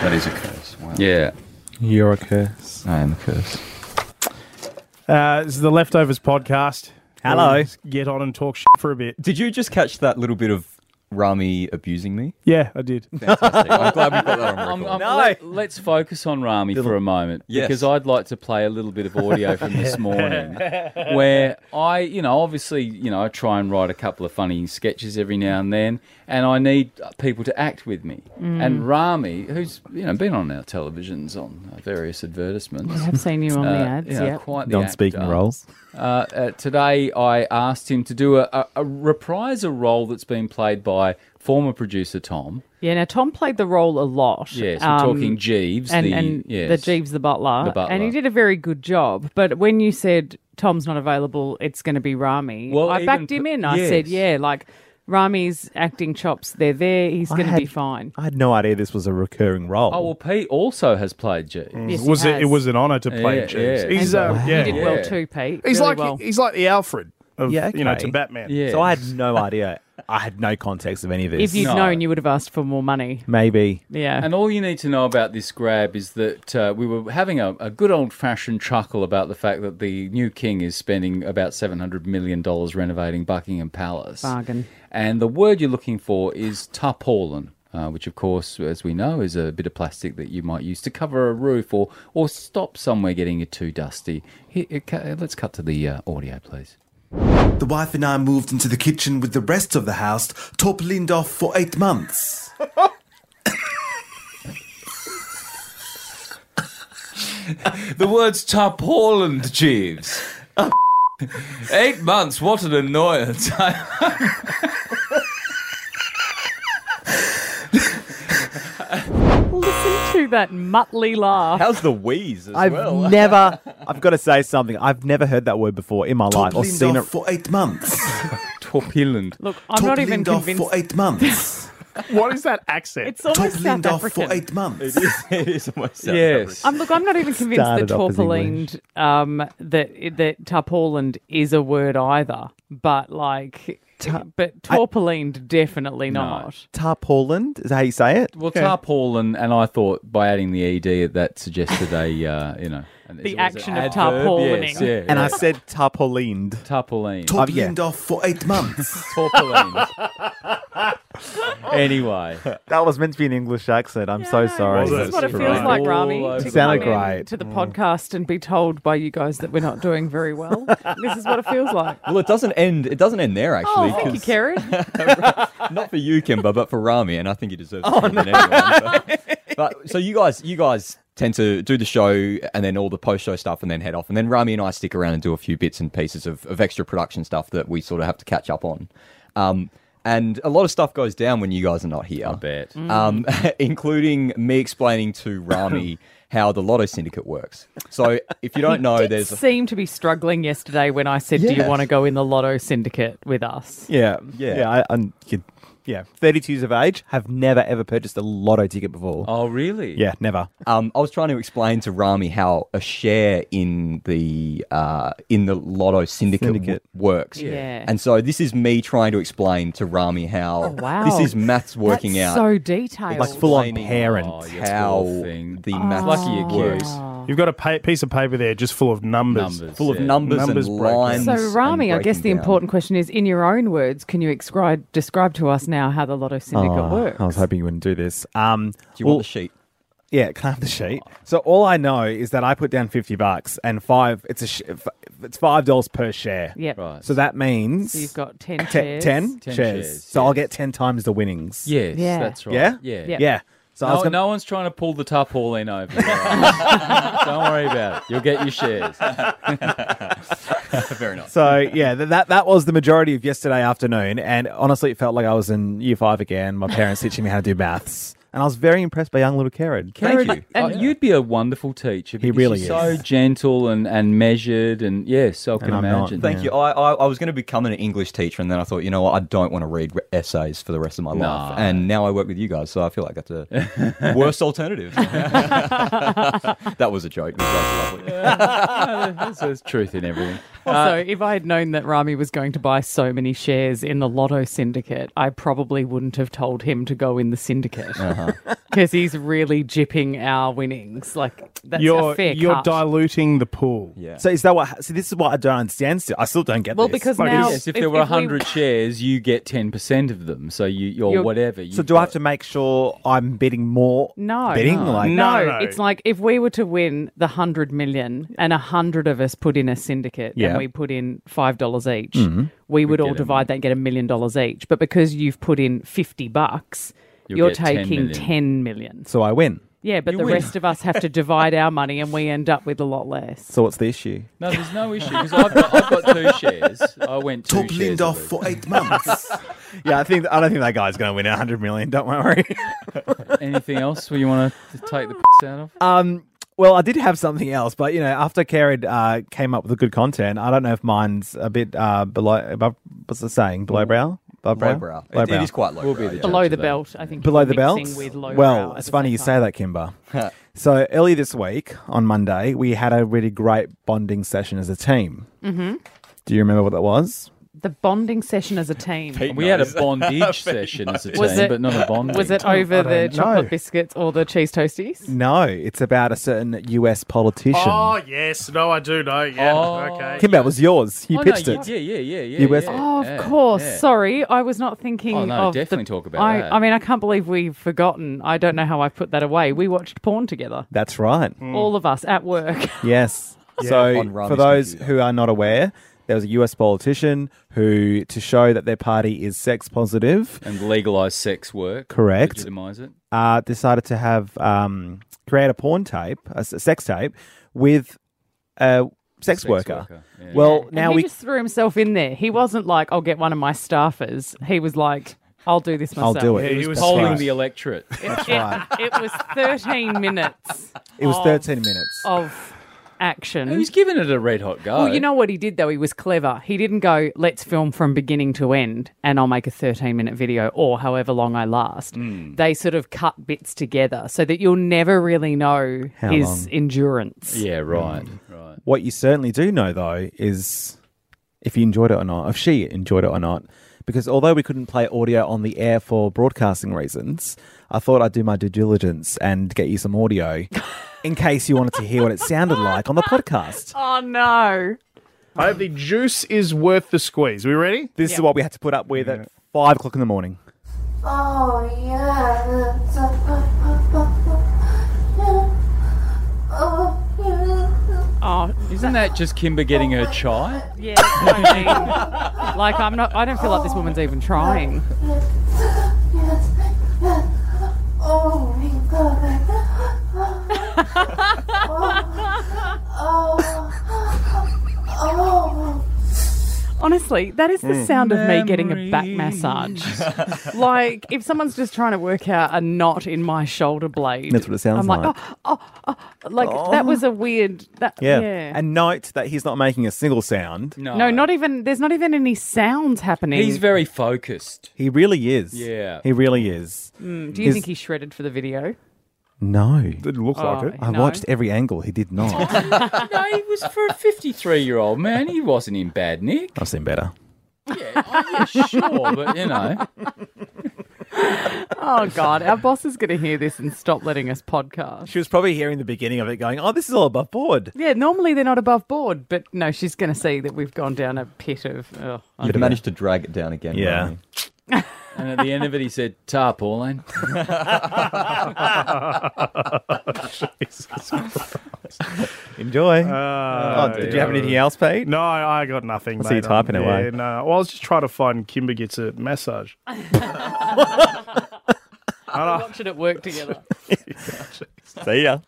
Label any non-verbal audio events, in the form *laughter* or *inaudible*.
That is a curse. Wow. Yeah. You're a curse. I am a curse. Uh, this is the Leftovers podcast. Hello. We just Get on and talk shit for a bit. Did you just catch that little bit of Rami abusing me? *laughs* Yeah, I did. Fantastic. *laughs* I'm glad we got that on I'm, record. I'm, No. Um, Let, us focus on Rami for a moment Yes. because I'd like to play a little bit of audio from this morning where I, you know, obviously, you know, I try and write a couple of funny sketches every now and then and I need people to act with me. Mm. And Rami, who's, you know, been on our televisions on various advertisements. uh, I have seen you on the ads. you know, yeah. quite the Non-speaking actor. roles. Uh, uh, today, I asked him to do a, a, a reprise a role that's been played by former producer Tom. Yeah. Now Tom played the role a lot. Yes, we're Um, talking Jeeves. and the, and yes. the Jeeves the butler, The butler. and he did a very good job. But when you said Tom's not available, it's going to be Rami. Well, I even backed p- him in. I said, yes. yeah, like Rami's acting chops, they're there. He's I going to be had- fine. Mm. I had no idea this was a recurring role. Oh well, Pete also has played Jeeves. Yes, he was it? It has. was an honour to play Yeah, Jeeves. yeah. He's And uh, he yeah. did Yeah. well too, Pete. He's Really like well. he's like the Alfred of Yeah, you know okay. to Batman. Yeah. So I had *laughs* no idea. I had no context of any of this. if you'd No. known, you would have asked for more money. Maybe. Yeah. And all you need to know about this grab is that uh, we were having a, a good old fashioned chuckle about the fact that the new king is spending about $700 million renovating Buckingham Palace. Bargain. And the word you're looking for is tarpaulin. Uh, which, of course, as we know, is a bit of plastic that you might use to cover a roof or, or stop somewhere getting it too dusty. Here, uh, cu- let's cut to the uh, audio, please. The wife and I moved into the kitchen with the rest of the house, top Linda off for eight months. The words tarpaulin, *laughs* Jeeves. Eight months, what an annoyance. Listen *laughs* to that muttly laugh. How's the wheeze as I've well? *laughs* never. I've got to say something. I've never heard that word before in my Top life or Linda seen off it. for *laughs* eight months. Torpilin. Look, I'm top not even Linda off convinced. for eight *laughs* months. What is that accent? It's top almost South Linda off African. for eight months. *laughs* it is almost South Yes. I'm, Um, look, I'm not even convinced that Started off as torpillined, um, that that tarpaulined is a word either. But like, but torpillined definitely not. Tarpaulined is that how you say it. Well, tarpaulin, and I thought by adding the ed, that suggested a uh, you know an, is The it- was it action of adverb? tarpaulining. Yes, yeah, yeah. And I said tarpaulined. tarpaulin, Top Um, yeah. Linda off for eight *laughs* months. *laughs* tarpaulin. anyway, That was meant to be an English accent. I'm so sorry. Was This is what it That's feels right. like, All Rami. over To the Sounded come in great. to the podcast and be told by you guys that we're not doing very well. this is what it feels like. Well, it doesn't end. It doesn't end there Oh, actually. thank you, 'cause- Kerry. not for you, Kimber, but for Rami, and I think he deserves it more than everyone. But, but- so you guys, you guys tend to do the show and then all the post-show stuff, and then head off, and then Rami and I stick around and do a few bits and pieces of, of extra production stuff that we sort of have to catch up on. Um, and a lot of stuff goes down when you guys are not here. I bet. Um, *laughs* including me explaining to Rami how the Lotto Syndicate works. So if you don't know, Did there's a, seem to be struggling yesterday when I said, "Do you Yes. want to go in the Lotto Syndicate with us?" Yeah, Yeah. yeah. I, I'm, you- yeah, 32 years of age. Have never ever purchased a lotto ticket before. oh really? Yeah, never. um, I was trying to explain to Rami how a share in the uh, in the Lotto syndicate, w- Syndicate. works. Yeah. And so this is me trying to explain to Rami how Oh, wow. this is maths working That's out so detailed. Like full on explaining- parent. Oh, yeah. It's the how whole thing. Oh, the maths Lucky you works. You've got a pa- piece of paper there just full of numbers. Numbers. Full of yeah. numbers, Numbers and breakdown. lines. So, and Rami, I guess the breaking down. important question is in your own words, can you excri- describe to us now how the Lotto Syndicate Oh, works? I was hoping you wouldn't do this. Um, Do you well, want the sheet? Yeah, can I have the sheet? So all I know is that I put down fifty bucks and five. It's a sh- f- it's five dollars per share. Yep. Right. So that means So you've got 10 te- chairs. ten, 10 shares. shares, So yes. I'll get ten times the winnings. Yes, Yeah. that's right. Yeah? yeah. Yeah. Yeah. So I No, was gonna, no one's trying to pull the tarpaulin over. *laughs* your eyes. Don't worry about it. You'll get your shares. Very nice. So yeah, th- that that was the majority of yesterday afternoon, and honestly, it felt like I was in year five again. My parents teaching me how to do maths, and I was very impressed by young little Kerrod. Thank Jared, you. And you'd be a wonderful teacher. because Oh, really you're is. So gentle and, and measured, and yes, I can I'm not. imagine. Thank you. I, I, I was going to become an English teacher, and then I thought, you know what, I don't want to read re- essays for the rest of my life. And now I work with you guys, so I feel like that's *laughs* a worse alternative. *laughs* that was a joke. You guys are lovely. *laughs* There's, there's truth in *laughs* everything. Also, if I had known that Rami was going to buy so many shares in the Lotto Syndicate, I probably wouldn't have told him to go in the syndicate. Uh-huh. *laughs* because he's really jipping our winnings. Like that's You're a fair you're cut. diluting the pool. Yeah. So is that what? So this is what I don't understand. Still, I still don't get. well, this. because Like, now Yes, if, there were we- 100 shares, you get 10% of them. So you, you're, You're- whatever. You so do I have to make sure I'm betting more? No, betting no. like no, no. it's like if we were to win the hundred million and a hundred of us put in a syndicate Yeah. Mm-hmm. and we put in five dollars each, we would all divide that and get a million dollars each. But because you've put in fifty bucks, You'll you're get 10 taking million. ten million. So I win. Yeah, but You the win. rest of us have to divide our money and we end up with a lot less. So what's *laughs* the issue? *laughs* No, there's no issue because I've, got- I've got two shares. I went two Top shares. Lindorf a week. for eight months. Yeah, I think I don't think that guy's going to win 100 million. Don't worry. Anything else where you want to take the piss out of? Um, well, I did have something else, but you know, after Carrad uh, came up with the good content, I don't know if mine's a bit uh, below. Above, what's the saying? Below brow. Above brow? Low brow. Low It, brow. it is quite low. We'll brow, be the yeah. judge. Below of the that. belt, I think. Below you're the mixing belt. With low well, brow it's at the funny same you time. say that, Kimber. so earlier this week on Monday, we had a really great bonding session as a team. Mm-hmm. Do you remember what that was? The bonding session as a team. *laughs* We had a *laughs* bondage session as a team, Was it- but not a bonding. Was it I over don't the know. chocolate biscuits or the cheese toasties? No, it's about a certain U.S. politician. Oh yes, no, I do know. Yeah, Oh. okay. Kimber, it was yours. You Oh, no, pitched it. Yeah, yeah, yeah, yeah. You were- yeah, Oh, yeah, of course. yeah. Sorry, I was not thinking Oh, no, of. the- definitely talk about I, that. I mean, I can't believe we've forgotten. I don't know how I put that away. We watched porn together, That's right. Hmm. all of us at work. *laughs* Yes. On So, Rami's for those computer. who are not aware, there was a US politician who, to show that their party is sex positive, And legalize sex work. Correct. Legitimize it. uh, decided to have um, create a porn tape, a s- sex tape, with a sex, worker. yeah. Well, And now he we just threw himself in there. He wasn't like, "I'll get one of my staffers." He was like, "I'll do this I'll myself." do it. Yeah, he was that's polling right. the electorate. It, *laughs* it was 13 minutes It was of- 13 minutes. of action. Who's giving it a red hot go? Oh. Well, you know what he did though? He was clever. He didn't go, let's film from beginning to end and I'll make a 13 minute video or however long I last. Hmm. They sort of cut bits together so that you'll never really know How his long? endurance. Yeah, right, Mm. right. What you certainly do know, though, is if you enjoyed it or not, if she enjoyed it or not. Because although we couldn't play audio on the air for broadcasting reasons, I thought I'd do my due diligence and get you some *laughs* audio in case you wanted to hear what it sounded like on the podcast. Oh, no. I hope the juice is worth the squeeze. We ready? This is what we had to put up with at five o'clock in the morning. Oh yeah, that's a Oh yeah. Oh, Isn't that just Kimber getting her chai? yeah. *laughs* I mean, like, I'm not, I don't feel like this woman's even trying. Yes, yes. Oh my god. Oh. Oh. Honestly, that is Hmm. the sound of me getting a back massage. *laughs* like, if someone's just trying to work out a knot in my shoulder blade, That's what it sounds I'm like, like. oh, like that was a weird. That, yeah. yeah. And note that he's not making a single sound. no, not even. There's not even any sounds happening. He's very focused. He really is. Yeah. He really is. Do you he's- think he shredded for the video? No. Didn't look like it. I Oh, No. watched every angle. He *laughs* did not. No, he was for a 53 year old man. He wasn't in bad nick. I've seen better. Yeah, oh, yeah, sure, but you know. Oh God, our boss is going to hear this and stop letting us podcast. She was probably hearing the beginning of it going, oh, this is all above board. Yeah, normally they're not above board, but no, she's going to see that we've gone down a pit of. Oh, I- You've managed to drag it down again. Yeah. Rami. And at the end of it, he said, Tarpaulin. *laughs* Enjoy. Uh, did you have anything else, Pete? no, I got nothing. see you mate. typing Um, away. Yeah, no. Well, I was just trying to find Kimber gets a massage. watch it at work together. See ya.